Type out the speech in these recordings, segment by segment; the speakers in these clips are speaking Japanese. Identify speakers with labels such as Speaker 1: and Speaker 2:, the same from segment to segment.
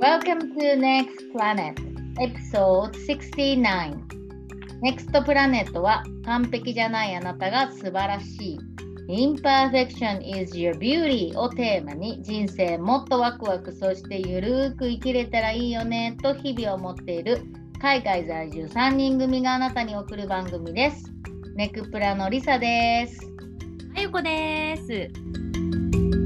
Speaker 1: Welcome to Next Planet Episode 69 Next Planet は完璧じゃないあなたが素晴らしい Imperfection is your beauty をテーマに人生もっとワクワクそしてゆるーく生きれたらいいよねと日々思っている海外在住3人組があなたに送る番組ですネクプラのりさです
Speaker 2: あゆこです。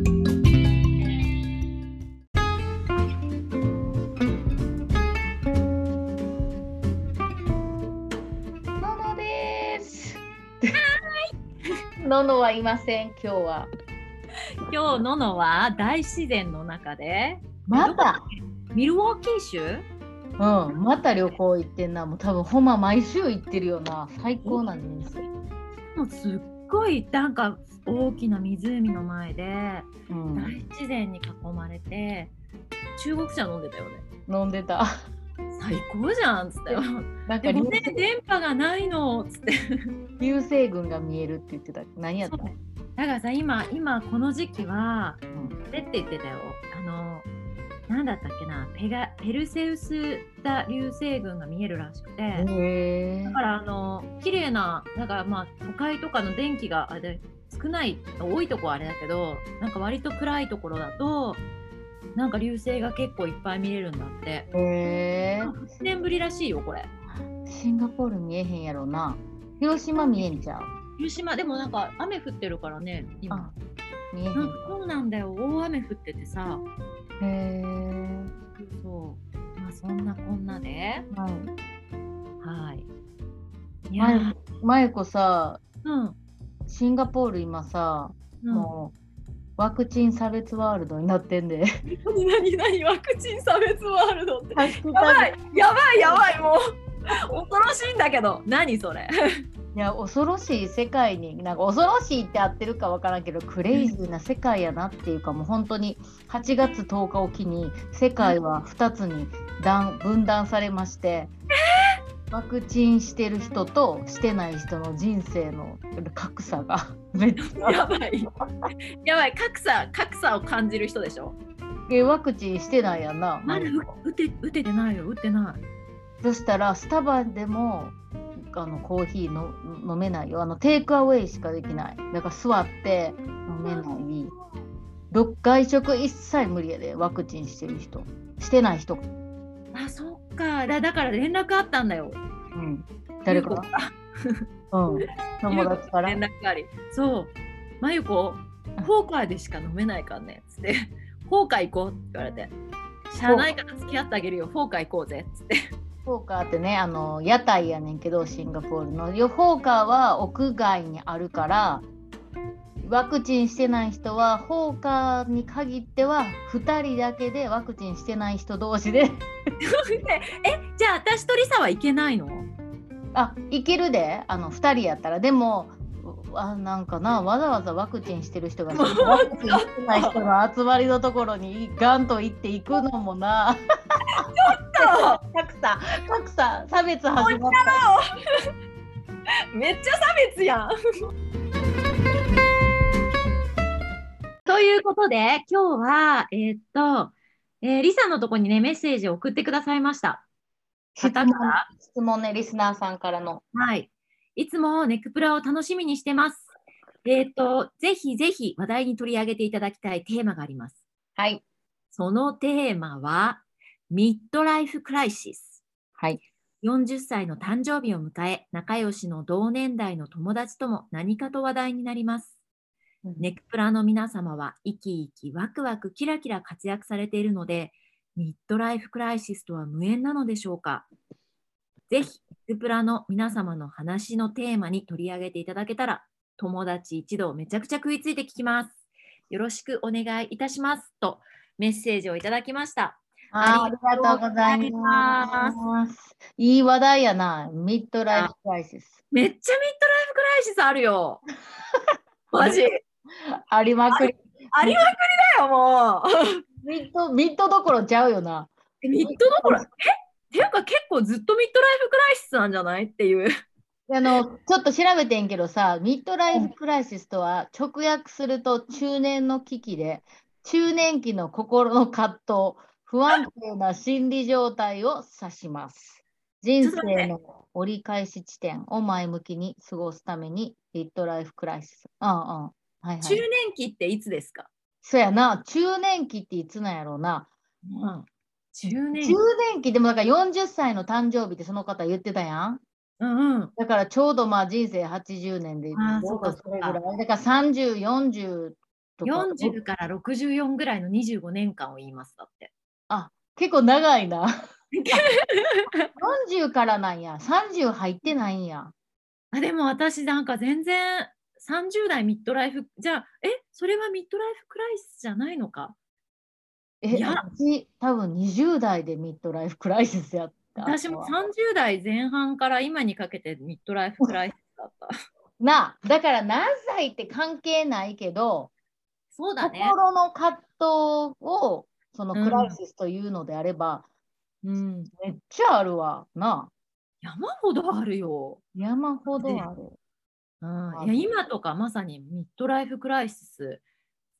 Speaker 1: ののです。はい。 ののはいません、今日は。
Speaker 2: 今日ののは大自然の中で
Speaker 1: また、
Speaker 2: ミルウォーキー州
Speaker 1: うん、また旅行行ってんな、もう多分ほんま毎週行ってるよな、最高な人生。
Speaker 2: もうすっごいなんか大きな湖の前で
Speaker 1: うん、
Speaker 2: 大自然に囲まれて中国茶飲んでたよね。
Speaker 1: 飲んでた。
Speaker 2: 最高じゃんっつったよ。
Speaker 1: なんか
Speaker 2: で
Speaker 1: 流
Speaker 2: もね電波がないのっつって。
Speaker 1: 流星群が見えるって言ってた。何やった
Speaker 2: そうだからさ今今この時期は
Speaker 1: ん
Speaker 2: あれって言ってたよ。あのなんだったっけなペガペルセウスだ流星群が見えるらしくて。
Speaker 1: へえ
Speaker 2: だからあの綺麗なだからまあ都会とかの電気があで少ない多いとこはあれだけどなんか割と暗いところだとなんか流星が結構いっぱい見れるんだって
Speaker 1: へえ
Speaker 2: 1年ぶりらしいよこれ
Speaker 1: シンガポール見えへんやろな。広島見えんじゃん。
Speaker 2: 広島でもなんか雨降ってるからね今
Speaker 1: 見えへ
Speaker 2: なんかそうなんだよ大雨降っててさ
Speaker 1: ん。へ
Speaker 2: そうまあそんなこんなで
Speaker 1: え。はい。
Speaker 2: はいいや
Speaker 1: まゆ
Speaker 2: ー
Speaker 1: まゆこさ、
Speaker 2: うん
Speaker 1: シンガポール今さ、
Speaker 2: うん
Speaker 1: もうワクチン差別ワールドになってんで。
Speaker 2: 何何何ワクチン差別ワールドって
Speaker 1: ハッシュ
Speaker 2: やば
Speaker 1: タグ
Speaker 2: いやばいやばいもう恐ろしいんだけど何 それ
Speaker 1: いや恐ろしい世界になんか恐ろしいって合ってるかわからんけどクレイジーな世界やなっていうかもう本当に8月10日を機に世界は2つに断分断されましてワクチンしてる人としてない人の人生の格差がめっちゃ
Speaker 2: やばいやばい格差格差を感じる人でしょ
Speaker 1: えワクチンしてないやんな。
Speaker 2: まだ打て打ててないよ打てない
Speaker 1: そしたらスタバでもあのコーヒーの飲めないよあのテイクアウェイしかできないだから座って飲めないど外食一切無理やでワクチンしてる人してない人、
Speaker 2: あそっかだだから連絡あったんだよ
Speaker 1: うん、誰か
Speaker 2: ゆう
Speaker 1: らうん友達から
Speaker 2: 連絡ありそうまゆこ後悔でしか飲めないからねつって後悔行こうって言われてしゃあないから付き合ってあげるよ後悔行こうぜつって
Speaker 1: フォーカーってねあの屋台やねんけどシンガポールのよフォーカーは屋外にあるからワクチンしてない人はフォーカーに限っては2人だけでワクチンしてない人同士で
Speaker 2: えじゃあ私とリサはいけないの
Speaker 1: あいけるであの2人やったらでもうあなんかなわざわざワクチンしてる人 がワクチンしてない人の集まりのところにガンと行って行くのもな格差格差差別始まった
Speaker 2: めっちゃ差別やん。 ということで今日はえーっと、えーリサのとこにねメッセージを送ってくださいました。
Speaker 1: 質
Speaker 2: 方
Speaker 1: 問
Speaker 2: から
Speaker 1: 質問ねリスナーさんからの
Speaker 2: はい。いつもネックプラを楽しみにしてます。えーっとぜひぜひ話題に取り上げていただきたいテーマがあります。
Speaker 1: はい
Speaker 2: そのテーマはミッドライフクライシス。
Speaker 1: はい
Speaker 2: 40歳の誕生日を迎え、仲良しの同年代の友達とも何かと話題になります。ネクプラの皆様は生き生きワクワクキラキラ活躍されているので、ミッドライフクライシスとは無縁なのでしょうかぜひ、ネクプラの皆様の話のテーマに取り上げていただけたら、友達一同めちゃくちゃ食いついて聞きます。よろしくお願いいたします。とメッセージをいただきました。
Speaker 1: あーありがとうございますいい話題やなミッドライフクライシス
Speaker 2: めっちゃミッドライフクライシスあるよ。マジ。
Speaker 1: ありまくり
Speaker 2: ありまくりだよ、も
Speaker 1: ミッドミッドどころちゃうよな
Speaker 2: う。ミッドどころ。えっていうか結構ずっとミッドライフクライシスなんじゃないっていう。
Speaker 1: あのちょっと調べてんけどさ、ミッドライフクライシスとは直訳すると中年の危機で、中年期の心の葛藤、不安定な心理状態を指します。人生の折り返し地点を前向きに過ごすために、リッドライフクライシス。うんうん。はいはい。
Speaker 2: 中年期っていつですか、
Speaker 1: そうやな、中年期っていつなんやろうな。
Speaker 2: うん、中年
Speaker 1: 中
Speaker 2: 期。
Speaker 1: 年期でもだから40歳の誕生日ってその方言ってたやん。
Speaker 2: うんうん。
Speaker 1: だからちょうどまあ人生80年で、
Speaker 2: あー
Speaker 1: ちょうど
Speaker 2: そうかそうか
Speaker 1: れぐらいだから30、40とか。
Speaker 2: 40から64ぐらいの25年間を言いますだって。
Speaker 1: 結構長い な。40からなんや。30入ってないんや。
Speaker 2: あでも私なんか全然30代ミッドライフじゃあえそれはミッドライフクライシスじゃないのか
Speaker 1: え、
Speaker 2: いや
Speaker 1: 私多分20代でミッドライフクライシスやった。
Speaker 2: 私も30代前半から今にかけてミッドライフクライシスだった。
Speaker 1: なあだから何歳って関係ないけど、
Speaker 2: そうだね。
Speaker 1: 心の葛藤をその
Speaker 2: うん
Speaker 1: クライシスというのであれば、
Speaker 2: うん、
Speaker 1: めっちゃあるわなあ
Speaker 2: 山ほどあるよ。
Speaker 1: 山ほどある
Speaker 2: うん
Speaker 1: あ、
Speaker 2: いや今とかまさにミッドライフクライシス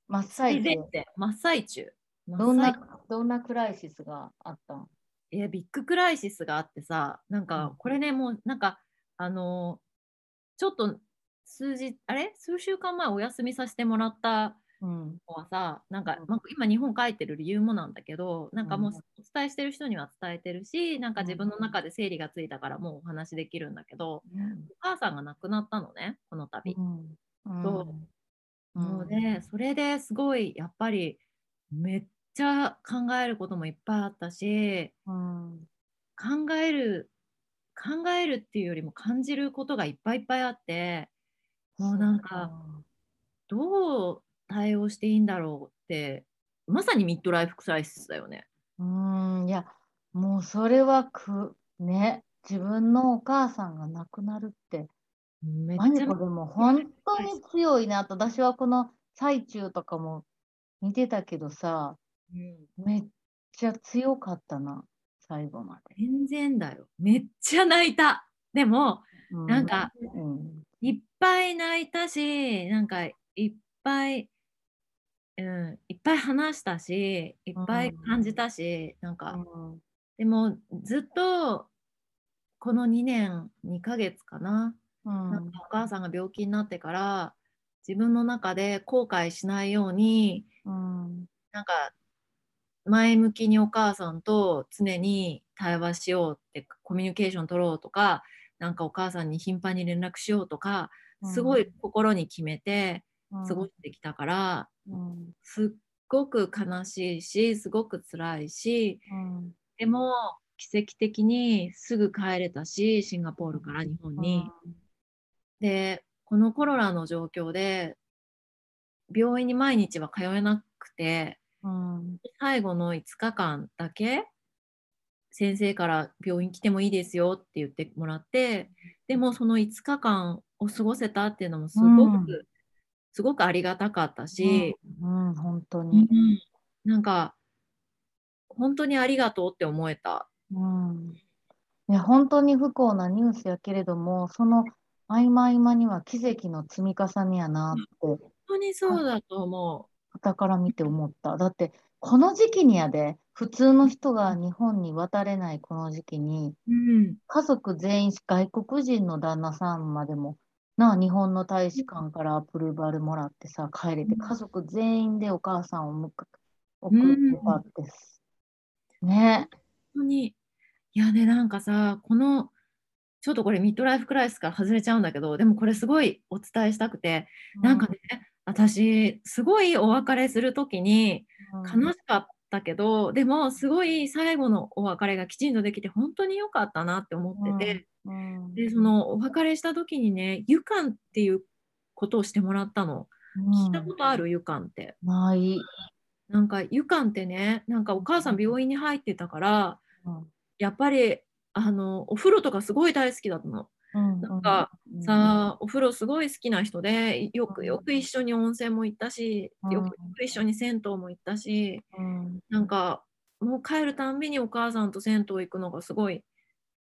Speaker 1: 真っ最
Speaker 2: 最前
Speaker 1: 中
Speaker 2: 線真っ最中。真っ
Speaker 1: どん
Speaker 2: 最
Speaker 1: などんなクライシスがあったん
Speaker 2: いやビッグクライシスがあってさなん
Speaker 1: うん
Speaker 2: かこれね、もうなんかあのーちょっと数日あれ数週間前お休みさせてもらった
Speaker 1: うん
Speaker 2: 子はさなんか
Speaker 1: うん、
Speaker 2: まあ今日本帰ってる理由もなんだけどなんかもう
Speaker 1: うん
Speaker 2: お伝えしてる人には伝えてるしなんか
Speaker 1: うん
Speaker 2: 自分の中で整理がついたからもうお話できるんだけど
Speaker 1: うん
Speaker 2: お母さんが亡くなったのねこの度。
Speaker 1: うん
Speaker 2: そう
Speaker 1: う
Speaker 2: の
Speaker 1: ん
Speaker 2: で、それですごいやっぱりめっちゃ考えることもいっぱいあったし
Speaker 1: うん
Speaker 2: 考える考えるっていうよりも感じることがいっぱいいっぱいあってもうなんかどう対応していいんだろうってまさにミッドライフクライシスだよね。
Speaker 1: うんいやもうそれはくね自分のお母さんが亡くなるって
Speaker 2: めっ
Speaker 1: マニ
Speaker 2: ち
Speaker 1: コ
Speaker 2: ゃ
Speaker 1: でも本当に強いなと私はこの最中とかも見てたけどさ
Speaker 2: うん
Speaker 1: めっちゃ強かったな最後まで、
Speaker 2: 全然だよめっちゃ泣いたでも
Speaker 1: う
Speaker 2: なんか、
Speaker 1: うん
Speaker 2: いっぱい泣いたしなんかいっぱい、うん、いっぱい話したしいっぱい感じたし、なんか
Speaker 1: うん
Speaker 2: でもずっとこの2年2ヶ月かな,、
Speaker 1: うん
Speaker 2: なんかお母さんが病気になってから自分の中で後悔しないように
Speaker 1: うん
Speaker 2: なんか前向きにお母さんと常に対話しようってコミュニケーション取ろうとかなんかお母さんに頻繁に連絡しようとかすごい心に決めて過ごしてきたから、
Speaker 1: うん
Speaker 2: すっごく悲しいしすごく辛いし
Speaker 1: うん
Speaker 2: でも奇跡的にすぐ帰れたしシンガポールから日本に。でこのコロナの状況で病院に毎日は通えなくて
Speaker 1: うん
Speaker 2: 最後の5日間だけ先生から病院来てもいいですよって言ってもらってでもその5日間を過ごせたっていうのもすごく、
Speaker 1: うん
Speaker 2: すごくありがたかったし、
Speaker 1: うんうん本当
Speaker 2: うん
Speaker 1: に
Speaker 2: なんか本当にありがとうって思えた。
Speaker 1: うんいや本当に不幸なニュースやけれどもその合間合間には奇跡の積み重ねやなって
Speaker 2: 本当にそうだと思
Speaker 1: 傍から見て思った。だってこの時期にやで普通の人が日本に渡れないこの時期に
Speaker 2: う。うん、
Speaker 1: 家族全員外国人の旦那さんまでもなあ日本の大使館からアプローバルもらってさ帰れて
Speaker 2: うん
Speaker 1: 家族全員でお母さんを迎え送ってたってす。ね
Speaker 2: 本当にいやねなんかさこのちょっとこれミッドライフクライシスから外れちゃうんだけどでもこれすごいお伝えしたくて、なんかね私すごいお別れする時に悲しかったけど、でもすごい最後のお別れがきちんとできて本当に良かったなって思ってて、
Speaker 1: うん
Speaker 2: でそのお別れした時にね「ゆかん」っていうことをしてもらったの聞いたことある、ゆかんって
Speaker 1: うんない。
Speaker 2: なんかゆかんってねなんかお母さん病院に入ってたから
Speaker 1: うん
Speaker 2: やっぱりあのお風呂とかすごい大好きだったの。なんか、さあお風呂すごい好きな人でよくよく一緒に温泉も行ったしよくよく一緒に銭湯も行ったし
Speaker 1: うん
Speaker 2: なんかもう帰るたんびにお母さんと銭湯行くのがすごい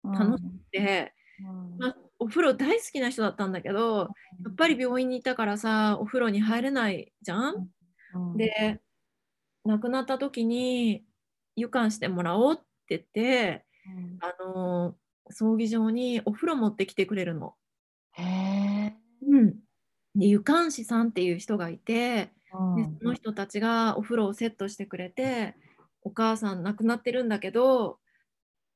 Speaker 2: 楽し
Speaker 1: い。
Speaker 2: で、
Speaker 1: うん
Speaker 2: まあ、お風呂大好きな人だったんだけどやっぱり病院にいたからさお風呂に入れないじゃん。
Speaker 1: うん
Speaker 2: で亡くなった時に湯管してもらおうって言って、あのー葬儀場にお風呂持ってきてくれるの。
Speaker 1: へえ。
Speaker 2: うん、で湯管師さんっていう人がいて、
Speaker 1: うん
Speaker 2: でその人たちがお風呂をセットしてくれてお母さん亡くなってるんだけど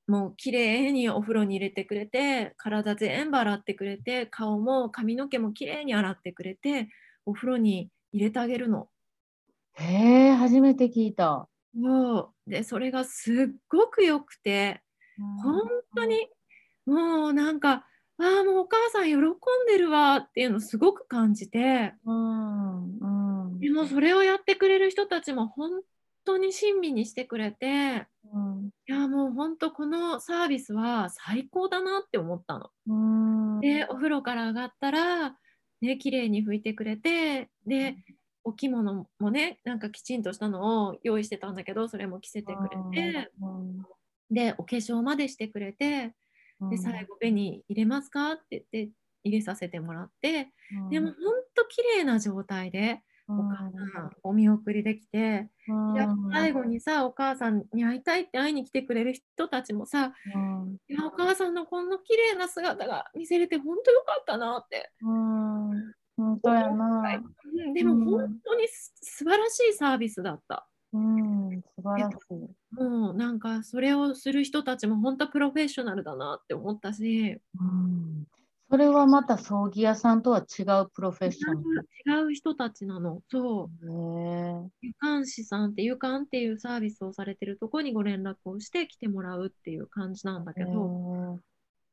Speaker 2: もう綺麗にお風呂に入れてくれて体全部洗ってくれて顔も髪の毛も綺麗に洗ってくれてお風呂に入れてあげるの。
Speaker 1: へえ、初めて聞いた。
Speaker 2: もうでそれがすっごくよくて本当にもうなんかあーもうお母さん喜んでるわっていうのすごく感じて。
Speaker 1: うんうん
Speaker 2: でもそれをやってくれる人たちも本当に親身にしてくれて
Speaker 1: うん
Speaker 2: いやもう本当このサービスは最高だなって思ったの。
Speaker 1: うん
Speaker 2: でお風呂から上がったらね綺麗に拭いてくれてでお着物もねなんかきちんとしたのを用意してたんだけどそれも着せてくれて
Speaker 1: うん
Speaker 2: でお化粧までしてくれて
Speaker 1: うん
Speaker 2: で最後紅入れますかって言って入れさせてもらって
Speaker 1: うん
Speaker 2: でも本当綺麗な状態で
Speaker 1: う
Speaker 2: お
Speaker 1: ん
Speaker 2: 母さんお見送りできて。
Speaker 1: うん
Speaker 2: いや最後にさお母さんに会いたいって会いに来てくれる人たちもさ
Speaker 1: うん
Speaker 2: いやお母さんのこんな綺麗な姿が見せれて本当よかったなって、
Speaker 1: うん本当やな。
Speaker 2: うん、でも本当にす素晴らしいサービスだった
Speaker 1: うん、素晴らしい。
Speaker 2: もうなんかそれをする人たちも本当プロフェッショナルだなって思ったし
Speaker 1: うんそれはまた葬儀屋さんとは違うプロフェッショナル。
Speaker 2: 違う違う人たちなのそう
Speaker 1: へえ
Speaker 2: 湯管師さんって湯管っていうサービスをされてるとこにご連絡をして来てもらうっていう感じなんだけど、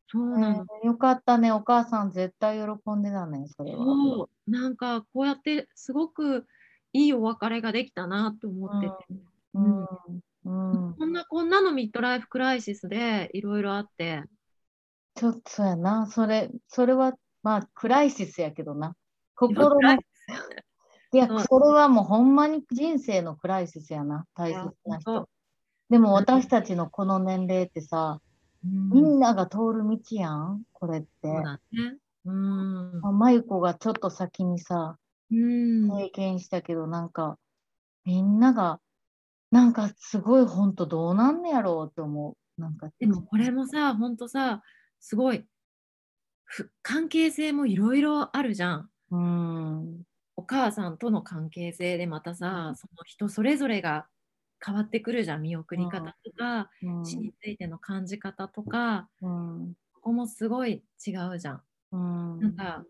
Speaker 2: そうなの
Speaker 1: へえよかったね、お母さん絶対喜んでたね、それは。
Speaker 2: そうなんかこうやってすごくいいお別れができたなと思ってて、
Speaker 1: うんうんうん
Speaker 2: こんなこんなのミッドライフクライシスでいろいろあって
Speaker 1: ちょっとやな、それ、それは、まあ、クライシスやけどな。心の、いや
Speaker 2: うん、
Speaker 1: それはもうほんまに人生のクライシスやな、大切な人。でも私たちのこの年齢ってさ、
Speaker 2: うん
Speaker 1: みんなが通る道やん、これって。
Speaker 2: そうだねうん、
Speaker 1: まあまゆこがちょっと先にさ、
Speaker 2: うん、
Speaker 1: 経験したけど、なんか、みんなが、なんかすごい、ほんとどうなんねやろうって思う。なんか、
Speaker 2: でもこれもさほんとさすごいふ関係性もいろいろあるじゃん
Speaker 1: うん、
Speaker 2: お母さんとの関係性でまたさその人それぞれが変わってくるじゃん見送り方とか、
Speaker 1: うん、
Speaker 2: 死についての感じ方とか、
Speaker 1: うん、
Speaker 2: ここもすごい違うじゃん。
Speaker 1: うん、
Speaker 2: なんか、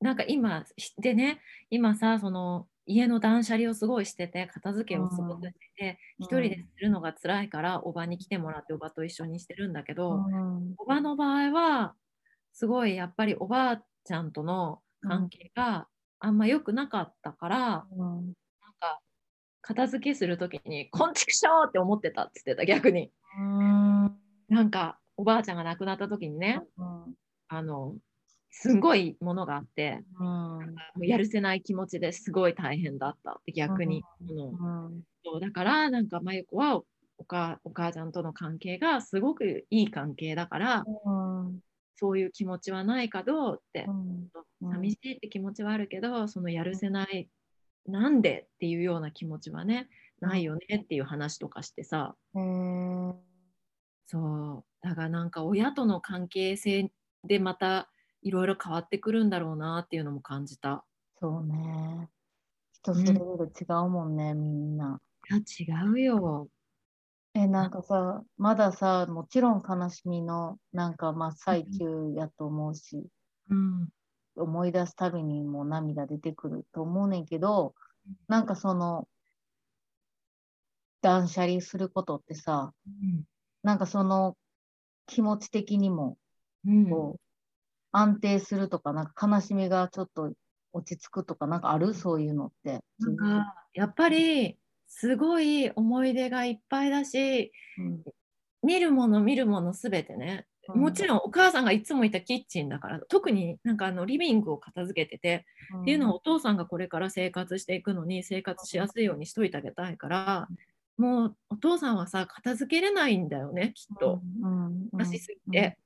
Speaker 2: なんか今しでね今さその家の断捨離をすごいしてて片付けをすごくしてて
Speaker 1: うん
Speaker 2: 一人でするのが辛いからおばに来てもらっておばと一緒にしてるんだけど、
Speaker 1: うん、
Speaker 2: おばの場合はすごいやっぱりおばあちゃんとの関係があんま良くなかったから、なん
Speaker 1: うん
Speaker 2: か片付けする時に「こんちくしょう!」って思ってたっつってた逆に。
Speaker 1: うん
Speaker 2: なんかおばあちゃんが亡くなった時にね、
Speaker 1: うん
Speaker 2: あのすんごいものがあって
Speaker 1: うん
Speaker 2: もうやるせない気持ちですごい大変だったって逆に、あ
Speaker 1: う
Speaker 2: の
Speaker 1: ん
Speaker 2: そうだからなんか真由子はおおかお母ちゃんとの関係がすごくいい関係だから
Speaker 1: うん
Speaker 2: そういう気持ちはないかどうって
Speaker 1: う、んうん
Speaker 2: 寂しいって気持ちはあるけどそのやるせないなんでっていうような気持ちはねないよねっていう話とかしてさ
Speaker 1: へー
Speaker 2: そうだからなんか親との関係性でまたいろいろ変わってくるんだろうなっていうのも感じた。
Speaker 1: そうね。人それぞれ違うもんね、みんな。
Speaker 2: いや違うよ。
Speaker 1: え、なんかさ、まださ、もちろん悲しみの、なんか真っ最中やと思うし、
Speaker 2: うん。
Speaker 1: 思い出すたびにもう涙出てくると思うねんけど、なんかその、断捨離することってさ、なんかその、気持ち的にも、
Speaker 2: うん。
Speaker 1: こう、安定するとか、なんか悲しみがちょっと落ち着くとか、なんかあるそういうのって。
Speaker 2: なんかやっぱりすごい思い出がいっぱいだし、
Speaker 1: うん
Speaker 2: 見るもの見るものすべてね。もちろんお母さんがいつもいたキッチンだから特になんかあのリビングを片付けてて、
Speaker 1: ろん
Speaker 2: っていうのはお父さんがこれから生活していくのに生活しやすいようにしといてあげたいからもうお父さんはさ片付けれないんだよねきっと、
Speaker 1: うん、
Speaker 2: 出しすぎて、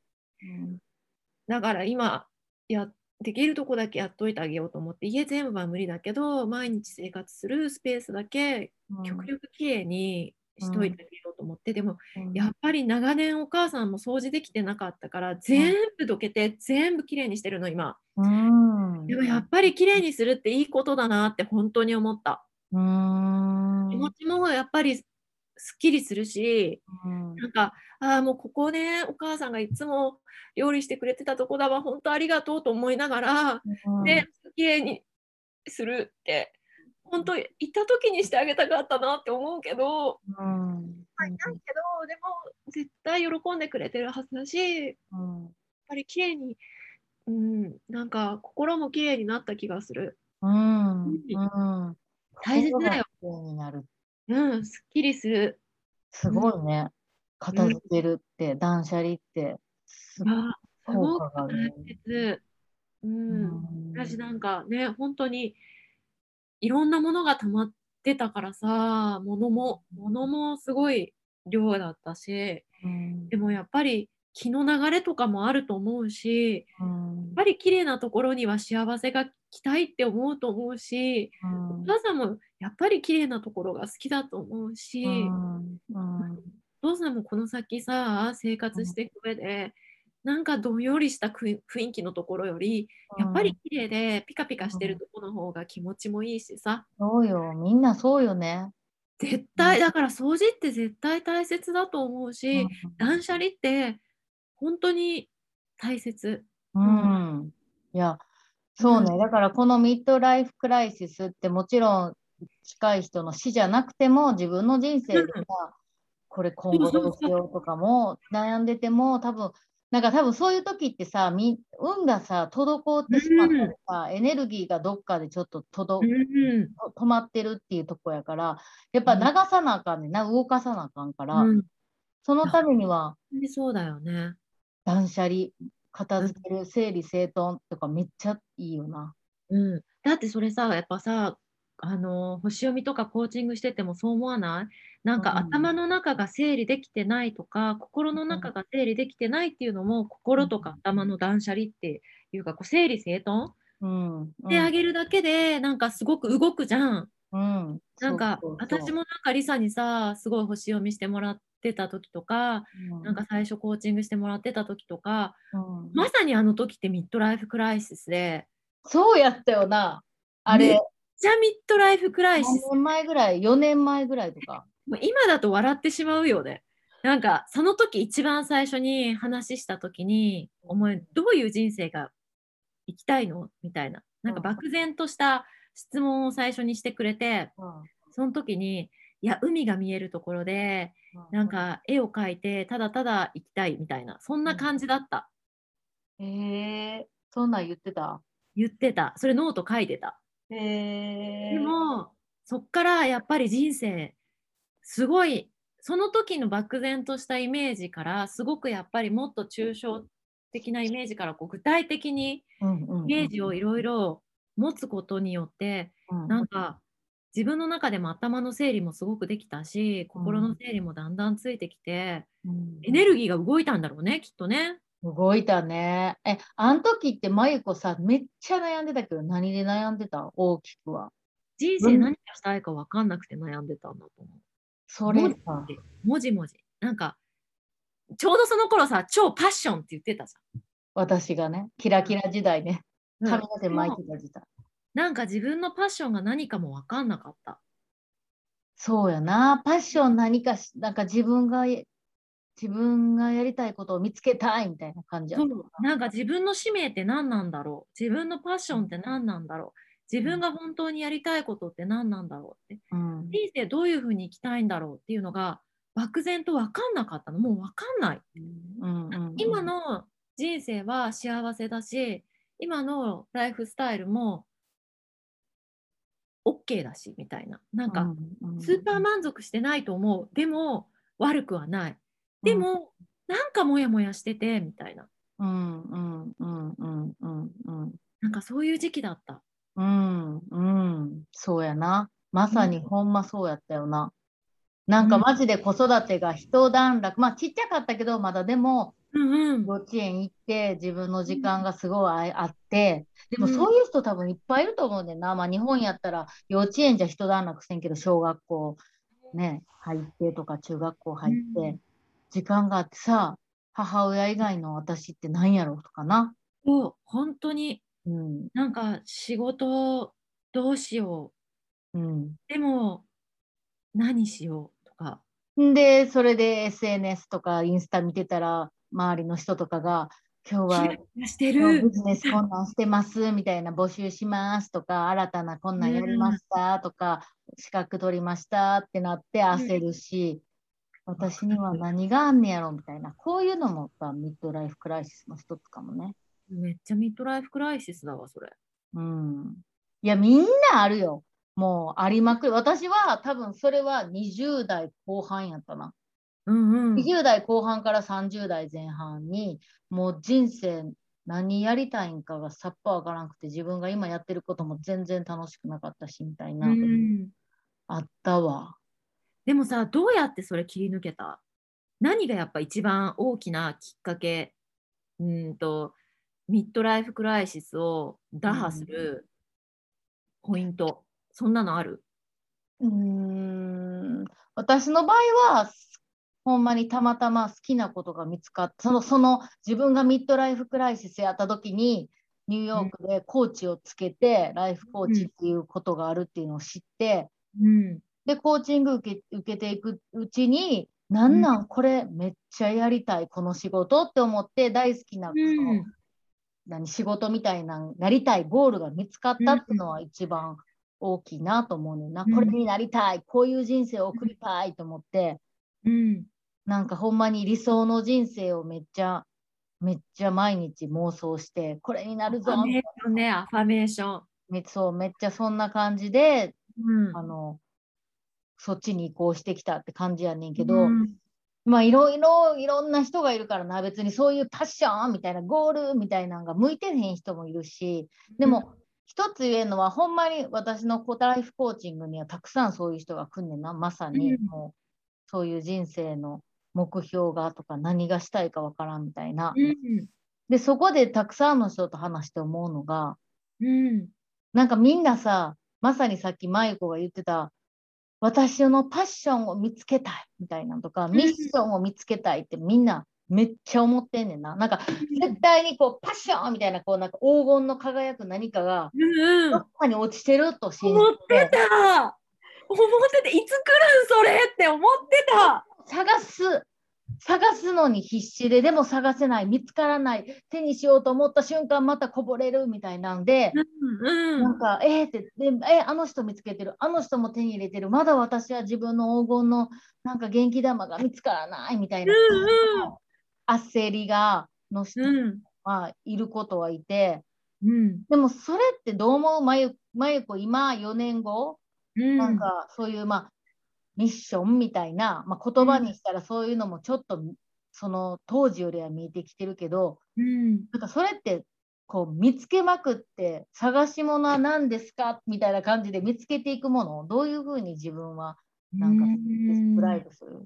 Speaker 1: うん
Speaker 2: だから今やできるとこだけやっといてあげようと思って家全部は無理だけど毎日生活するスペースだけ
Speaker 1: うん
Speaker 2: 極力きれいにしといてあげようと思って、でも
Speaker 1: うん
Speaker 2: やっぱり長年お母さんも掃除できてなかったから全部どけて全部きれいにしてるの今
Speaker 1: うん
Speaker 2: でもやっぱりきれいにするっていいことだなって本当に思った
Speaker 1: うーん
Speaker 2: 気持ちもやっぱりすっきりするし
Speaker 1: うん
Speaker 2: なんかああもうここねお母さんがいつも料理してくれてたとこだわ本当ありがとうと思いながらで綺麗にするって本当行った時にしてあげたかったなって思うけど、
Speaker 1: うん
Speaker 2: はいないけどでも絶対喜んでくれてるはずだしやっ
Speaker 1: うん
Speaker 2: ぱり綺麗にうんなんか心も綺麗になった気がする
Speaker 1: うんうん
Speaker 2: 大切だよ、
Speaker 1: 心が綺麗になる
Speaker 2: うんすっきりする
Speaker 1: すごいね片付けるって断捨離ってすごい
Speaker 2: あす
Speaker 1: 効
Speaker 2: ご
Speaker 1: 果
Speaker 2: く
Speaker 1: があ
Speaker 2: 大
Speaker 1: るね
Speaker 2: 切うん、
Speaker 1: うん
Speaker 2: 私なんかね本当にいろんなものが溜まってたからさ物も物もすごい量だったし
Speaker 1: うん
Speaker 2: でもやっぱり気の流れとかもあると思うし
Speaker 1: うん
Speaker 2: やっぱり綺麗なところには幸せが来たいって思うと思うしお母さんもやっぱり綺麗なところが好きだと思うし、
Speaker 1: うんうん
Speaker 2: お父さんもこの先さ生活していく上で、なんかどんよりした雰雰囲気のところよりやっぱり綺麗でピカピカしてるところの方が気持ちもいいしさ
Speaker 1: そうよみんなそうよね
Speaker 2: 絶
Speaker 1: う
Speaker 2: 対
Speaker 1: ん
Speaker 2: だから掃除って絶対大切だと思うし、断捨離って本当に大切。
Speaker 1: うん、いやそうね、
Speaker 2: うん
Speaker 1: だからこのミッドライフクライシスってもちろん近い人の死じゃなくても自分の人生でさ、
Speaker 2: うん
Speaker 1: これ今後どうしようとかも悩んでても多分なんか多分そういう時ってさみ運がさ滞ってしまったりさ、エネルギーがどっかでちょっと
Speaker 2: う
Speaker 1: 届、
Speaker 2: ん
Speaker 1: 止まってるっていうとこやからやっぱ流さなあかんねんな動かさなあかんから、
Speaker 2: うん、
Speaker 1: そのためには
Speaker 2: 本当にそうだよね。
Speaker 1: 断捨離片付ける整理整頓とかめっちゃいいよな。
Speaker 2: うん、だってそれさやっぱさあのー星読みとかコーチングしててもそう思わないなん
Speaker 1: う
Speaker 2: か
Speaker 1: ん
Speaker 2: 頭の中が整理できてないとか心の中が整理できてないっていうのも心とか頭の断捨離っていうかこう整理整頓
Speaker 1: うん
Speaker 2: してあげるだけでなんかすごく動くじゃん。
Speaker 1: うん、
Speaker 2: なんか
Speaker 1: そうそうそう
Speaker 2: 私も、なんかリサにさすごい星読みしてもらってた時とか
Speaker 1: う
Speaker 2: なんか、最初コーチングしてもらってた時とか
Speaker 1: うん
Speaker 2: まさにあの時ってミッドライフクライシスで
Speaker 1: そうやったよな。あれ、
Speaker 2: ねめっちゃミッドライフクライシ
Speaker 1: 何
Speaker 2: ス。
Speaker 1: 年前ぐらい、4年前ぐらいとか。
Speaker 2: もう今だと笑ってしまうよね。なんかその時一番最初に話した時に「お前どういう人生が生きたいの?」みたいななん
Speaker 1: う
Speaker 2: か
Speaker 1: ん
Speaker 2: 漠然とした質問を最初にしてくれてその時に「いや海が見えるところでなん、か絵を描いてただただ生きたい」みたいなそんな感じだった
Speaker 1: ええそんなん言ってた。
Speaker 2: 言ってたそれノート書いてた。
Speaker 1: ええ
Speaker 2: でもそっからやっぱり人生すごいその時の漠然としたイメージからすごくやっぱりもっと抽象的なイメージからこう具体的に
Speaker 1: うんうん、
Speaker 2: イメージをいろいろ持つことによって
Speaker 1: うん、
Speaker 2: なんか自分の中でも頭の整理もすごくできたし心の整理もだんだんついてきて
Speaker 1: うん
Speaker 2: エネルギーが動いたんだろうねきっとね。
Speaker 1: 動いたね。え、あの時って、まゆこさ、めっちゃ悩んでたけど、何で悩んでた大きくは。
Speaker 2: 人生何がしたいか分かんなくて悩んでたんだと思う。
Speaker 1: それさ。
Speaker 2: もじもじ。なんか、ちょうどその頃さ、超パッションって言ってたじ
Speaker 1: 私がね、キラキラ時代ね、
Speaker 2: ゃん。
Speaker 1: 髪の毛巻いてた時代。
Speaker 2: なんか自分のパッションが何かも分かんなかった。
Speaker 1: そうやな、パッション何かし、なんか自分がえ、自分がやりたいことを見つけたいみたいな感じやったな
Speaker 2: なんか自分の使命って何なんだろう自分のパッションって何なんだろう自分が本当にやりたいことって何なんだろうって。
Speaker 1: うん
Speaker 2: 人生どういうふうに生きたいんだろうっていうのが、漠然と分かんなかったの。もう分かんない。
Speaker 1: うんうんうん
Speaker 2: 今の人生は幸せだし今のライフスタイルも OK だしみたいななん
Speaker 1: う
Speaker 2: か
Speaker 1: んうん
Speaker 2: スーパー満足してないと思うでも悪くはないでもなんかモヤモヤしててみたいな
Speaker 1: うんうんうんうんうんうん
Speaker 2: なんかそういう時期だった
Speaker 1: うんうんそうやなまさにほんまそうやったよななんか
Speaker 2: うん
Speaker 1: マジで子育てが一段落まあちっちゃかったけどまだでも
Speaker 2: うんうん
Speaker 1: 幼稚園行って自分の時間がすごいああってでも
Speaker 2: うん
Speaker 1: そういう人多分いっぱいいると思うねんだな、まあ、日本やったら幼稚園じゃ一段落せんけど小学校ね、入ってとか中学校入って、
Speaker 2: うん
Speaker 1: 時間があってさ、母親以外の私って何やろうとかな。
Speaker 2: そう本当に
Speaker 1: うん。
Speaker 2: なんか仕事どうしよ
Speaker 1: うん
Speaker 2: うでも何しようとか
Speaker 1: んで、それで SNS とかインスタ見てたら、周りの人とかが、今日
Speaker 2: キ
Speaker 1: は
Speaker 2: ラキラして
Speaker 1: 今日
Speaker 2: る
Speaker 1: ビジネスこんなんしてますみたいな募集しますとか、新たなこんなんやりましたとか、資格取りましたってなって焦るし、私には何があんねやろみたいな、こういうのもやっぱミッドライフクライシスの一つかもね。
Speaker 2: めっちゃミッドライフクライシスだわそれ
Speaker 1: うん。いや、みんなあるよ。もうありまくり。私は多分それは20代後半やったな。
Speaker 2: うんうん
Speaker 1: 20代後半から30代前半にもう人生何やりたいんかがさっぱわからなくて自分が今やってることも全然楽しくなかったしみたいな、
Speaker 2: うん
Speaker 1: あったわ
Speaker 2: でもさどうやってそれ切り抜けた何がやっぱ一番大きなきっかけうーんとミッドライフクライシスを打破するポイント、そんなのある
Speaker 1: うーん私の場合はほんまにたまたま好きなことが見つかったそのその自分がミッドライフクライシスやった時にニューヨークでコーチをつけて、ライフコーチっていうことがあるっていうのを知って、
Speaker 2: うん
Speaker 1: で、コーチング受け受けていくうちに、なんなん、これめっちゃやりたい、この仕事って思って、大好きな、その何仕事みたいな、なりたいゴールが見つかったっていうのは一番大きいなと思うねんな。
Speaker 2: うん
Speaker 1: これになりたい、こういう人生を送りたいと思って、
Speaker 2: うん
Speaker 1: なんかほんまに理想の人生をめっちゃ、めっちゃ毎日妄想して、これになるぞ
Speaker 2: アファメーションねアファメーション、
Speaker 1: めそうめっちゃそんな感じで、
Speaker 2: うん
Speaker 1: あの、そっちに移行してきたって感じやねんけど、
Speaker 2: うん
Speaker 1: まあいろいろいろんな人がいるからな別にそういうパッションみたいなゴールみたいなのが向いてへん人もいるしでも一つ言えるのはほんまに私のコタライフコーチングにはたくさんそういう人が来んねんなまさに
Speaker 2: うん
Speaker 1: もうそういう人生の目標がとか何がしたいかわからんみたいな
Speaker 2: うん
Speaker 1: でそこでたくさんの人と話して思うのが
Speaker 2: うん
Speaker 1: なんかみんなさまさにさっきまゆ子が言ってた私のパッションを見つけたいみたいなのとか、ミッションを見つけたいってみんなめっちゃ思ってんねんな。なんか絶対にこうパッションみたいなこうなんか黄金の輝く何かが
Speaker 2: うん
Speaker 1: どっかに落ちてると信じ
Speaker 2: 思って
Speaker 1: て
Speaker 2: た思ってていつ来るんそれって思ってた
Speaker 1: 探す探すのに必死ででも探せない見つからない手にしようと思った瞬間またこぼれるみたいなんで。
Speaker 2: うん
Speaker 1: なんか、えー、って、でえあの人見つけてる、あの人も手に入れてる、まだ私は自分の黄金のなんか元気玉が見つからないみたいな、焦りがの人
Speaker 2: うんうん
Speaker 1: はいることはいて、
Speaker 2: うん
Speaker 1: でもそれってどう思うまゆまゆこ、今4年後、
Speaker 2: うん
Speaker 1: なんかそういう、まあ、ミッションみたいな、まあ、言葉にしたらそういうのもちょっと、その当時よりは見えてきてるけど、
Speaker 2: うん
Speaker 1: なんかそれってこう見つけまくって探し物は何ですかみたいな感じで見つけていくものをどういうふうに自分はなんか
Speaker 2: うん
Speaker 1: ブライブする。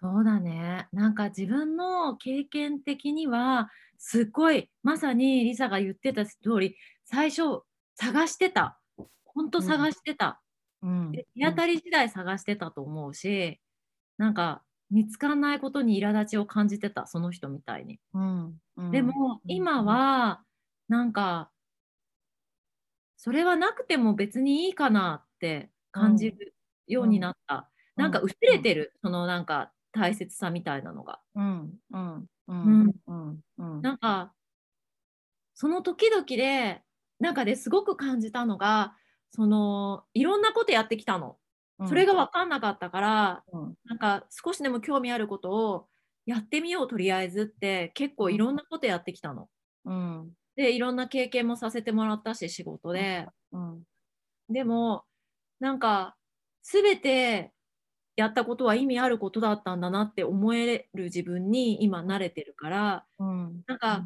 Speaker 2: そうだねなんか自分の経験的にはすごいまさにリサが言ってた通り最初探してた本当探してた、
Speaker 1: うん
Speaker 2: で手当たり次第探してたと思うしなんか見つかんないことに苛立ちを感じてたその人みたいに。
Speaker 1: うんうん
Speaker 2: でも
Speaker 1: うん
Speaker 2: 今はなんかそれはなくても別にいいかなって感じるようになった、
Speaker 1: うん
Speaker 2: なんか薄れてる、そのなんか大切さみたいなのが
Speaker 1: うんうんうんうんうん
Speaker 2: なんかその時々でなんかですごく感じたのがそのいろんなことやってきたのそれが分かんなかったから、
Speaker 1: うん
Speaker 2: なんか少しでも興味あることをやってみようとりあえずって結構いろんなことやってきたの。
Speaker 1: うん
Speaker 2: でいろんな経験もさせてもらったし仕事で、
Speaker 1: うん
Speaker 2: でもなんか全てやったことは意味あることだったんだなって思える自分に今慣れてるから
Speaker 1: うん
Speaker 2: なんか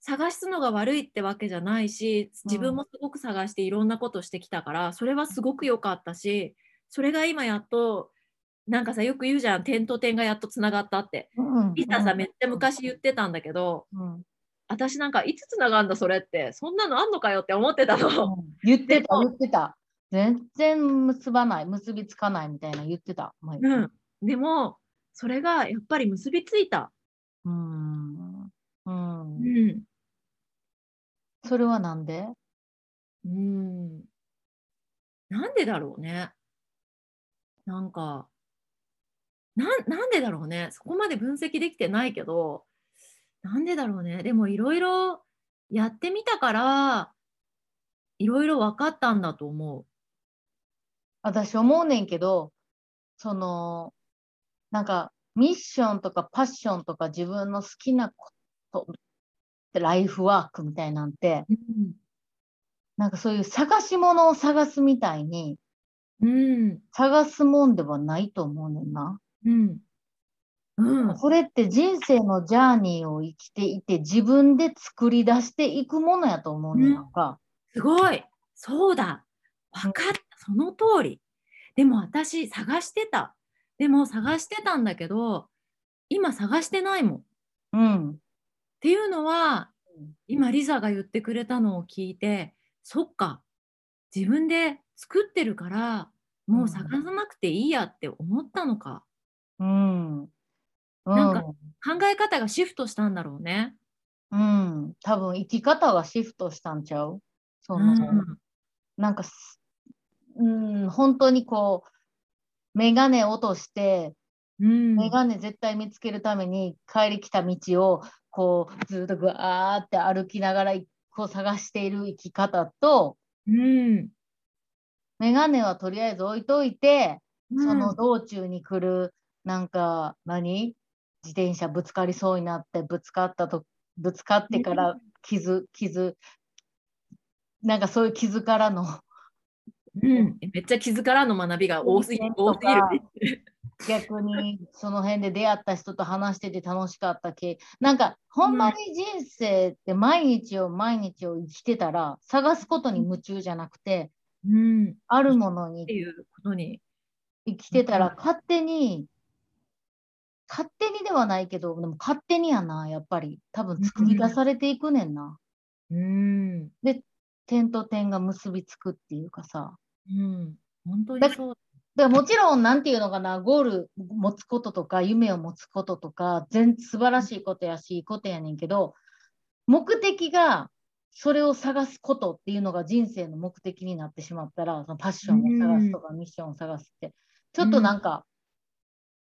Speaker 2: 探すのが悪いってわけじゃないし自分もすごく探していろんなことしてきたからそれはすごく良かったしそれが今やっとなんかさよく言うじゃん点と点がやっとつながったって。
Speaker 1: うん
Speaker 2: リサさめっちゃ昔言ってたんだけど
Speaker 1: うん
Speaker 2: 私なんかいつつながんだそれってそんなのあんのかよって思ってたの。
Speaker 1: うん言ってた言ってた全然結ばない、結びつかないみたいな言ってた。前
Speaker 2: うん、でもそれがやっぱり結びついた、
Speaker 1: うん。うん
Speaker 2: う。ん
Speaker 1: それはなんで
Speaker 2: うん、なんでだろうねなんかなんなんでだろうねそこまで分析できてないけどなんでだろうねでもいろいろやってみたからいろいろ分かったんだと思う。
Speaker 1: 私思うねんけど、その、なんか、ミッションとかパッションとか自分の好きなこと、ライフワークみたいなんて、なんかそういう探し物を探すみたいに、
Speaker 2: うん、
Speaker 1: 探すもんではないと思うねんな。
Speaker 2: うん、うん、
Speaker 1: これって人生のジャーニーを生きていて、自分で作り出していくものやと思うねんなんか。
Speaker 2: すごいそうだ分かったその通りでも私探してたでも探してたんだけど今探してないもんっ
Speaker 1: うん。
Speaker 2: ていうのは
Speaker 1: うん
Speaker 2: 今リサが言ってくれたのを聞いてそっか自分で作ってるからもう探さなくていいやって思ったのか、
Speaker 1: うん。
Speaker 2: なんか考え方がシフトしたんだろうね。
Speaker 1: うん、うん、多分生き方がシフトしたんちゃうその、
Speaker 2: うん
Speaker 1: なんかす、うん、本当にこう、メガネ落として、
Speaker 2: うん
Speaker 1: メガネ絶対見つけるために帰り来た道を、こう、ずっとぐわーって歩きながら、こう探している生き方と、
Speaker 2: うん
Speaker 1: メガネはとりあえず置いといて、
Speaker 2: うん
Speaker 1: その道中に来る、なんか、何自転車ぶつかりそうになって、ぶつかったと、ぶつかってから傷、傷、なんかそういう傷からの、
Speaker 2: うん、めっちゃ傷からの学びが多すぎ
Speaker 1: うん
Speaker 2: 多すぎるね。
Speaker 1: 逆にその辺で出会った人と話してて楽しかったけなんかほんまに人生って毎日を毎日を生きてたら探すことに夢中じゃなくて
Speaker 2: うん、っ
Speaker 1: あるもの
Speaker 2: て
Speaker 1: に
Speaker 2: いうことに。
Speaker 1: 生きてたら勝手に勝手にではないけどでも勝手にやなやっぱり多分作り出されていくねんな
Speaker 2: うん、
Speaker 1: 点と点が結びつくっていうかさ
Speaker 2: うん、本当にそう。
Speaker 1: だからもちろん、なんていうのかな、ゴール持つこととか、夢を持つこととか、全素晴らしいことやし、いいことやねんけど、目的が、それを探すことっていうのが人生の目的になってしまったら、そのパッションを探すとか、ミッションを探すって、ちょっとなんか、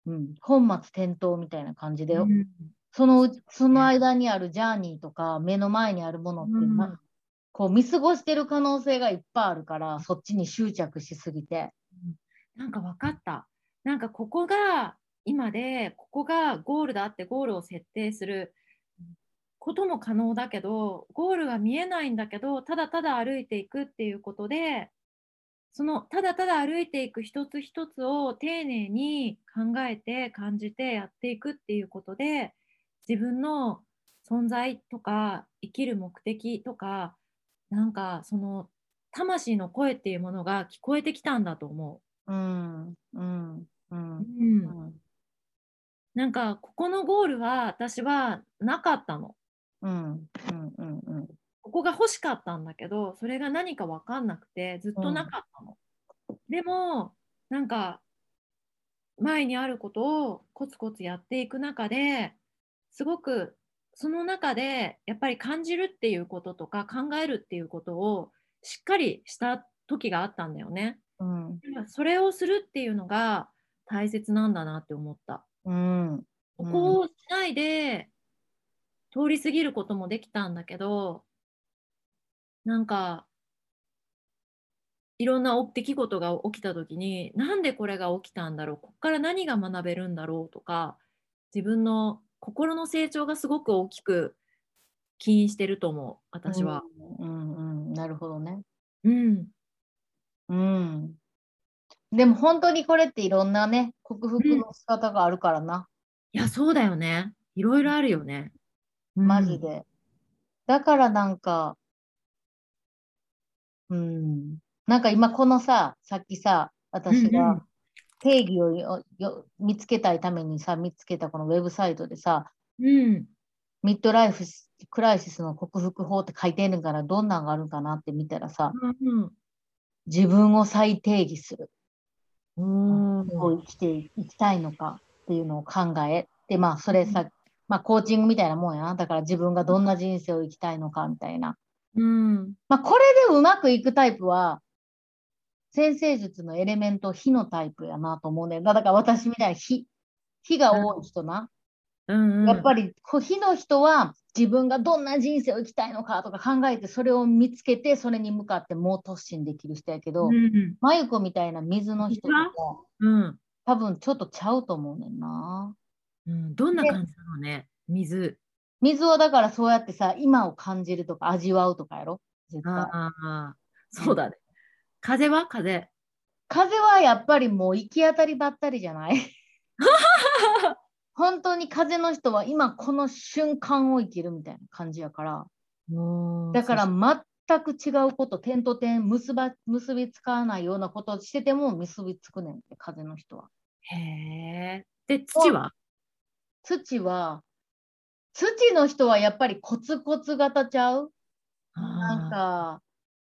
Speaker 1: うん、本末転倒みたいな感じで、
Speaker 2: うん
Speaker 1: そのうその間にあるジャーニーとか、目の前にあるものっていうのは、
Speaker 2: うん
Speaker 1: こう見過ごしてる可能性がいっぱいあるから、そっちに執着しすぎて。
Speaker 2: なんか分かった。なんかここが今で、ここがゴールだってゴールを設定することも可能だけど、ゴールが見えないんだけど、ただただ歩いていくっていうことで、そのただただ歩いていく一つ一つを丁寧に考えて感じてやっていくっていうことで、自分の存在とか生きる目的とか、なんかその魂の声っていうものが聞こえてきたんだと思う。
Speaker 1: うんうんうん
Speaker 2: う、
Speaker 1: うんん
Speaker 2: なんかここのゴールは私はなかったの
Speaker 1: うんうんうんうん
Speaker 2: ここが欲しかったんだけどそれが何か分かんなくてずっとなかったの、でもなんか前にあることをコツコツやっていく中ですごくその中でやっぱり感じるっていうこととか考えるっていうことをしっかりした時があったんだよね
Speaker 1: うん
Speaker 2: それをするっていうのが大切なんだなって思った
Speaker 1: うん
Speaker 2: ここをしないで通り過ぎることもできたんだけど、なんかいろんなお出来事が起きた時になんでこれが起きたんだろうここから何が学べるんだろうとか自分の心の成長がすごく大きく起因してると思う私は。
Speaker 1: うんうんなるほどね
Speaker 2: うん、
Speaker 1: うんでも本当にこれっていろんなね克服の仕方があるからな、
Speaker 2: いやそうだよねいろいろあるよね。うん
Speaker 1: マジでだからなんかうんなんか今このささっきさ私
Speaker 2: うんう
Speaker 1: が
Speaker 2: ん
Speaker 1: 定義をよよ見つけたいためにさ見つけたこのウェブサイトでさ、
Speaker 2: うん
Speaker 1: ミッドライフクライシスの克服法って書いてるからどんなんがあるんかなって見たらさ
Speaker 2: うん
Speaker 1: 自分を再定義する。
Speaker 2: うーん
Speaker 1: どう生きていきたいのかっていうのを考えて、まあ、それさ、まあ、コーチングみたいなもんやな。だから自分がどんな人生を生きたいのかみたいな。
Speaker 2: うん。
Speaker 1: まあ、これでうまくいくタイプは、先生術のエレメント、火のタイプやなと思うねんな。だから私みたいな火、火が多い人な。
Speaker 2: うんうん。
Speaker 1: やっぱりこう火の人は自分がどんな人生を生きたいのかとか考えて、それを見つけて、それに向かって猛突進できる人やけど、
Speaker 2: うん
Speaker 1: まゆこみたいな水の人とか、
Speaker 2: うん。
Speaker 1: 多分ちょっとちゃうと思うねんな。
Speaker 2: うん。どんな感じなのね、水。
Speaker 1: 水はだからそうやってさ、今を感じるとか味わうとかやろ絶対。
Speaker 2: ああ、そうだね。風は風。
Speaker 1: 風はやっぱりもう行き当たりばったりじゃ ない本当に風の人は今この瞬間を生きるみたいな感じやから。だから全く違うこと、点と点結ば結びつかないようなことをしてても結びつくねんって、風の人は。
Speaker 2: へえ。で、土は
Speaker 1: 土は、土の人はやっぱりコツコツ型ちゃうなん
Speaker 2: あー
Speaker 1: か、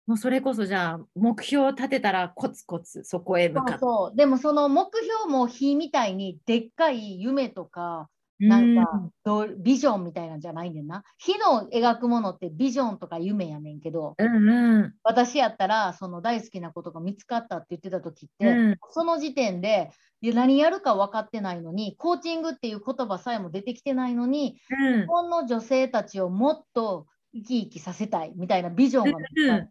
Speaker 2: もうそれこそじゃあ、目標を立てたらコツコツそこへ向
Speaker 1: そ
Speaker 2: か
Speaker 1: う
Speaker 2: って。
Speaker 1: そう。でもその目標も火みたいにでっかい夢とか
Speaker 2: う
Speaker 1: なんかどうビジョンみたいなんじゃないねんな。火の描くものってビジョンとか夢やねんけど、
Speaker 2: うんうん。
Speaker 1: 私やったらその大好きなことが見つかったって言ってた時って、
Speaker 2: うん
Speaker 1: その時点でいや何やるか分かってないのに、コーチングっていう言葉さえも出てきてないのに、
Speaker 2: うん
Speaker 1: 日本の女性たちをもっと生き生きさせたいみたいなビジョンが見つかる。
Speaker 2: う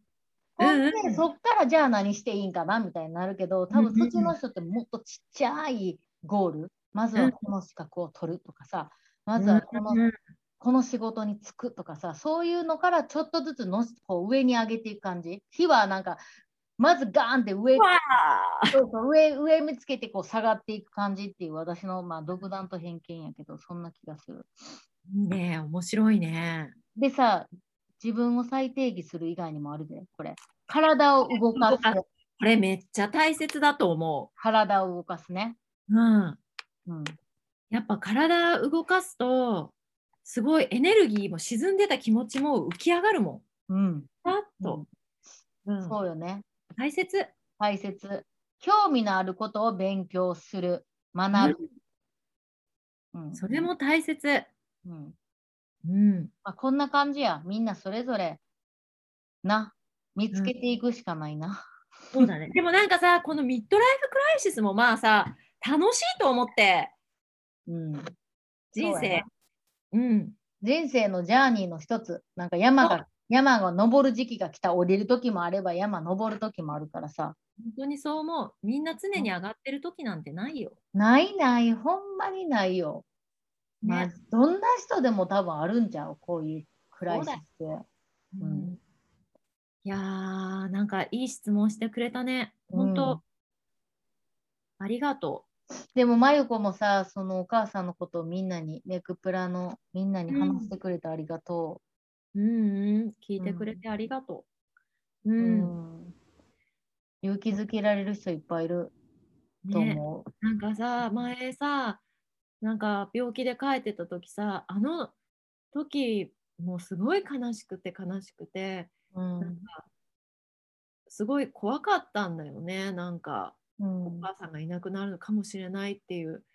Speaker 1: ほ
Speaker 2: んうん
Speaker 1: んで、そっからじゃあ何していいんかなみたいになるけど、多
Speaker 2: う
Speaker 1: 分
Speaker 2: んうんう
Speaker 1: そ
Speaker 2: ん
Speaker 1: っちの人ってもっとちっちゃいゴール、まずはこの資格を取るとかさ、まずはこの,、
Speaker 2: うん
Speaker 1: この仕事に就くとかさ、そういうのからちょっとずつのしこう上に上げていく感じ。火はなんか、まずガーンって上
Speaker 2: うわー
Speaker 1: そうそう上上見つけてこう下がっていく感じっていう私のまあ独断と偏見やけど、そんな気がする。
Speaker 2: いいね面白いね。
Speaker 1: でさ、自分を再定義する以外にもあるで、これ。体を動か
Speaker 2: 動
Speaker 1: す。
Speaker 2: かすこれめっちゃ大切だと思
Speaker 1: 体を動かすね。
Speaker 2: う。うん。
Speaker 1: うん、
Speaker 2: やっぱ体動かすと、すごいエネルギーも沈んでた気持ちも浮き上がるも
Speaker 1: うん、
Speaker 2: ん。パッと。うん
Speaker 1: そうよね。
Speaker 2: 大切。
Speaker 1: 大切。興味のあることを勉強する、学ぶ。うん
Speaker 2: それ、も大切。
Speaker 1: うん
Speaker 2: うん。
Speaker 1: まあ、こんな感じや。みんなそれぞれ、な、見つけていくしかないな。
Speaker 2: そうだね。 でもなんかさ、このミッドライフクライシスもまあさ、楽しいと思って、
Speaker 1: うん、
Speaker 2: 人
Speaker 1: そうや
Speaker 2: 生
Speaker 1: な。
Speaker 2: うん。
Speaker 1: 人生のジャーニーの一つ、なんか山
Speaker 2: そ
Speaker 1: が、山が登る時期が来た、降りる時もあれば、山登る時もあるからさ。
Speaker 2: 本当にそう思う。みんな常に上がってる時なんてないよ。
Speaker 1: ないない、ほんまにないよ。まあ
Speaker 2: ね。、
Speaker 1: どんな人でも多分あるんじゃう、こういうクライシスって。
Speaker 2: う
Speaker 1: うん
Speaker 2: んいやー、なんかいい質問してくれたね。本
Speaker 1: うん
Speaker 2: 当、ありがと
Speaker 1: でも、まゆこもさ、そのお母さんのことをみんなに、ネクプラのみんなに話してくれてありがと
Speaker 2: う。うんうん、聞いてくれてありがとう。う
Speaker 1: う。
Speaker 2: ん、
Speaker 1: うん勇気づけられる人いっぱいいると
Speaker 2: ね、
Speaker 1: 思う。
Speaker 2: なんかさ、前さ、なんか病気で帰ってた時さ、あの時もうすごい悲しくて悲しくて、
Speaker 1: うん
Speaker 2: なんかすごい怖かったんだよね。なんか
Speaker 1: うん
Speaker 2: お母さんがいなくなるのかもしれないっていう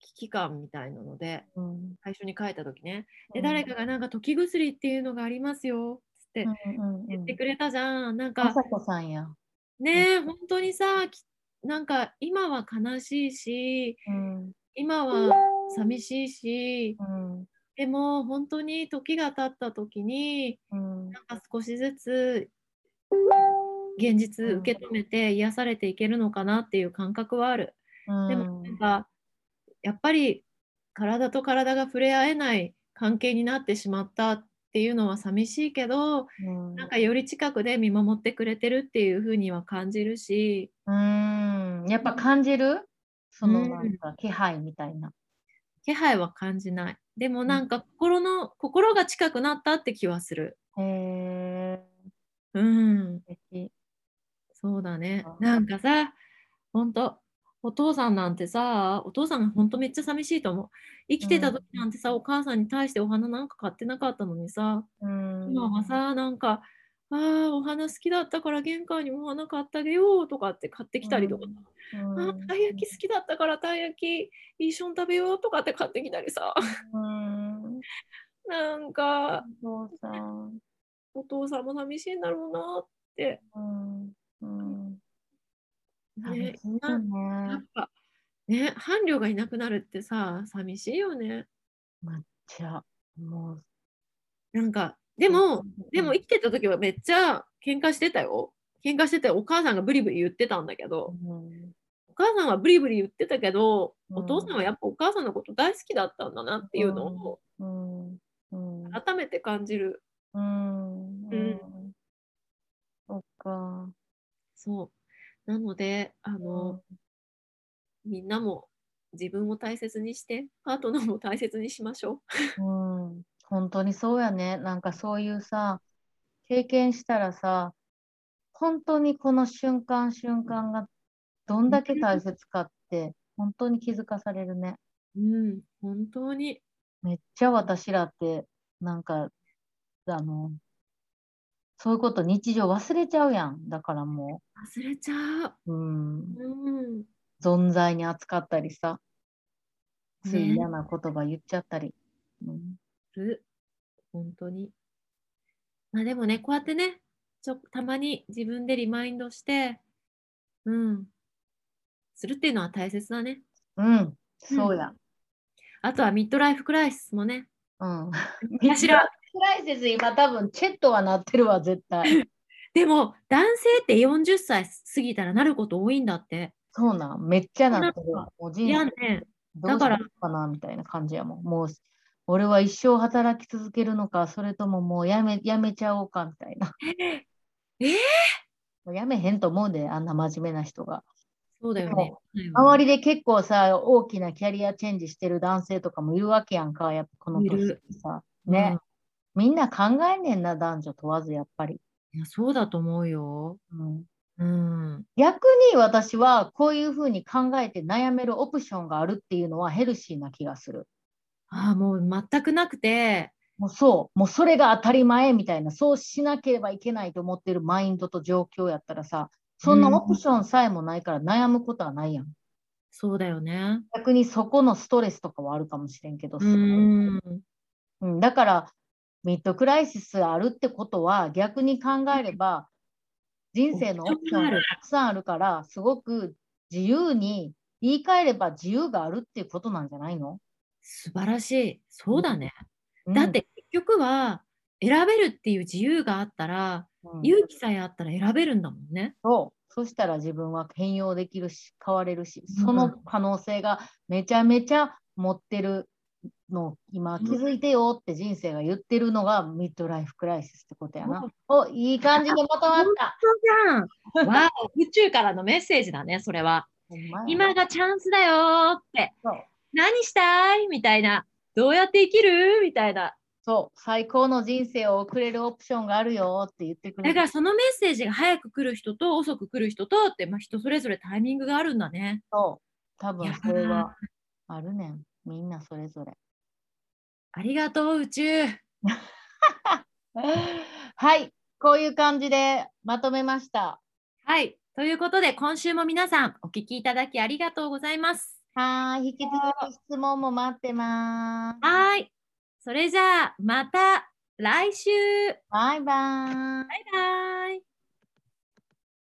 Speaker 2: 危機感みたいなので。
Speaker 1: うん
Speaker 2: 最初に書いた時ね。で、誰かがなんか時薬っていうのがありますよつって
Speaker 1: うんうんうん
Speaker 2: 言ってくれたじゃん。な
Speaker 1: ま
Speaker 2: んか
Speaker 1: さこさんや。
Speaker 2: ねえ、本当にさ、きなんか今は悲しいし、
Speaker 1: うん
Speaker 2: 今は寂しいし、
Speaker 1: うん
Speaker 2: でも本当に時が経った時に、
Speaker 1: うん
Speaker 2: なんか少しずつ現実受け止めて癒されていけるのかなっていう感覚はある。
Speaker 1: うん
Speaker 2: でもなんかやっぱり体と体が触れ合えない関係になってしまったっていうのは寂しいけど
Speaker 1: うん
Speaker 2: なんかより近くで見守ってくれてるっていう風には感じるし
Speaker 1: うんやっぱ感じるその
Speaker 2: うん
Speaker 1: なんか気配みたいな。
Speaker 2: 気配は感じないでもなんか心の心が近くなったって気はする
Speaker 1: へえ
Speaker 2: うん
Speaker 1: 素敵
Speaker 2: そうだねなんかさほんとお父さんなんてさお父さんがほんとめっちゃ寂しいと思う生きてた時なんてさお母さんに対してお花なんか買ってなかったのにさ
Speaker 1: うん
Speaker 2: 今はさなんかあーお花好きだったから玄関にお花買ってあげようとかって買ってきたりとか、
Speaker 1: うん
Speaker 2: あたい焼き好きだったからたい焼き一緒に食べようとかって買ってきたりさ
Speaker 1: うん
Speaker 2: なんか
Speaker 1: お父さん
Speaker 2: お父さんも寂しいんだろうなって、
Speaker 1: うんうん
Speaker 2: ね
Speaker 1: 寂しいよね
Speaker 2: やっぱね伴侶がいなくなるってさ寂しいよね
Speaker 1: じゃあもう
Speaker 2: なんかでもでも生きてた時はめっちゃ喧嘩してたよ喧嘩しててお母さんがブリブリ言ってたんだけど
Speaker 1: うん
Speaker 2: お母さんはブリブリ言ってたけど
Speaker 1: うん
Speaker 2: お父さんはやっぱお母さんのこと大好きだったんだなっていうのを
Speaker 1: うんうん
Speaker 2: 改めて感じる
Speaker 1: うん
Speaker 2: う
Speaker 1: うんんそっか
Speaker 2: そうなのであの、みんなも自分を大切にしてパートナーも大切にしましょ
Speaker 1: うん、本当にそうやね。なんかそういうさ、経験したらさ、本当にこの瞬間瞬間がどんだけ大切かって、本当に気づかされるね。
Speaker 2: う。うん、本当に。
Speaker 1: めっちゃ私らって、なんか、あの、そういうこと日常忘れちゃうやん。だからも
Speaker 2: 忘れちゃう。
Speaker 1: う、うん、
Speaker 2: うん、
Speaker 1: 存在に扱ったりさ、つい
Speaker 2: ね
Speaker 1: 嫌な言葉言っちゃったり。うん
Speaker 2: る本当に。まあでもね、こうやってね、ちょたまに自分でリマインドして、うん、するっていうのは大切だね。
Speaker 1: うん、そうや。
Speaker 2: あとはミッドライフクライシスもね、
Speaker 1: うん。
Speaker 2: ら。
Speaker 1: クライシス今多分チェットはなってるわ絶 対
Speaker 2: でも男性って40歳過ぎたらなること多いんだって。
Speaker 1: そうなんめっちゃなってる
Speaker 2: なん
Speaker 1: わもう
Speaker 2: い
Speaker 1: 人
Speaker 2: や
Speaker 1: 生
Speaker 2: ね、
Speaker 1: どうしようかなみたいな感じやもんもう俺は一生働き続けるのかそれとももうやめやめちゃおうかみたいな
Speaker 2: えー
Speaker 1: もうやめへんと思うであんな真面目な人が
Speaker 2: そうだよ
Speaker 1: で
Speaker 2: ね。
Speaker 1: 周りで結構さ大きなキャリアチェンジしてる男性とかもいるわけやんかやっぱこの
Speaker 2: い
Speaker 1: 年
Speaker 2: る
Speaker 1: ってさね、みんな考えんねんな男女問わずやっぱり、
Speaker 2: いや、そうだと思うよ。
Speaker 1: うん、
Speaker 2: うん。
Speaker 1: 逆に私はこういうふうに考えて悩めるオプションがあるっていうのはヘルシーな気がする。
Speaker 2: ああ、もう全くなくて、
Speaker 1: もうそう、もうそれが当たり前みたいな、そうしなければいけないと思ってるマインドと状況やったらさ、そんなオプションさえもないから悩むことはないやん。
Speaker 2: そうだよね。
Speaker 1: 逆にそこのストレスとかはあるかもしれんけど、す
Speaker 2: う
Speaker 1: ごい
Speaker 2: ん。
Speaker 1: うん、だからミッドクライシスあるってことは逆に考えれば人生のオプションがたくさんあるからすごく自由に言い換えれば自由があるっていうことなんじゃないの、
Speaker 2: 素晴らしい。そうだね。
Speaker 1: うん
Speaker 2: だっ、て結局は、選べるっていう自由があったら、
Speaker 1: うん
Speaker 2: 勇気さえあったら選べるんだもんね。
Speaker 1: そうそしたら自分は変容できるし変われるし
Speaker 2: うん
Speaker 1: その可能性がめちゃめちゃ持ってるのを今気づいてよって人生が言ってるのがミッドライフクライシスってことやな。おいい感じでまとまった。
Speaker 2: そうじゃん。わあ、宇宙からのメッセージだね、それは。
Speaker 1: ほんまやな
Speaker 2: 今がチャンスだよーって
Speaker 1: そう。
Speaker 2: 何したいみたいな。どうやって生きるみたいな。
Speaker 1: そう、最高の人生を送れるオプションがあるよって言ってくれ
Speaker 2: だ
Speaker 1: る。
Speaker 2: からそのメッセージが早く来る人と遅く来る人とって、まあ、人それぞれタイミングがあるんだね。
Speaker 1: そう、多分
Speaker 2: や
Speaker 1: それはあるねん。みんなそれぞ れ。
Speaker 2: ありがとう宇宙。
Speaker 1: はい、こういう感じでまとめました。
Speaker 2: はい。ということで今週も皆さんお聞きいただきありがとうございます。
Speaker 1: はーい、引き続き質問も待ってます。
Speaker 2: はい。それじゃあまた来週。
Speaker 1: バイバーイ。
Speaker 2: バイバイ。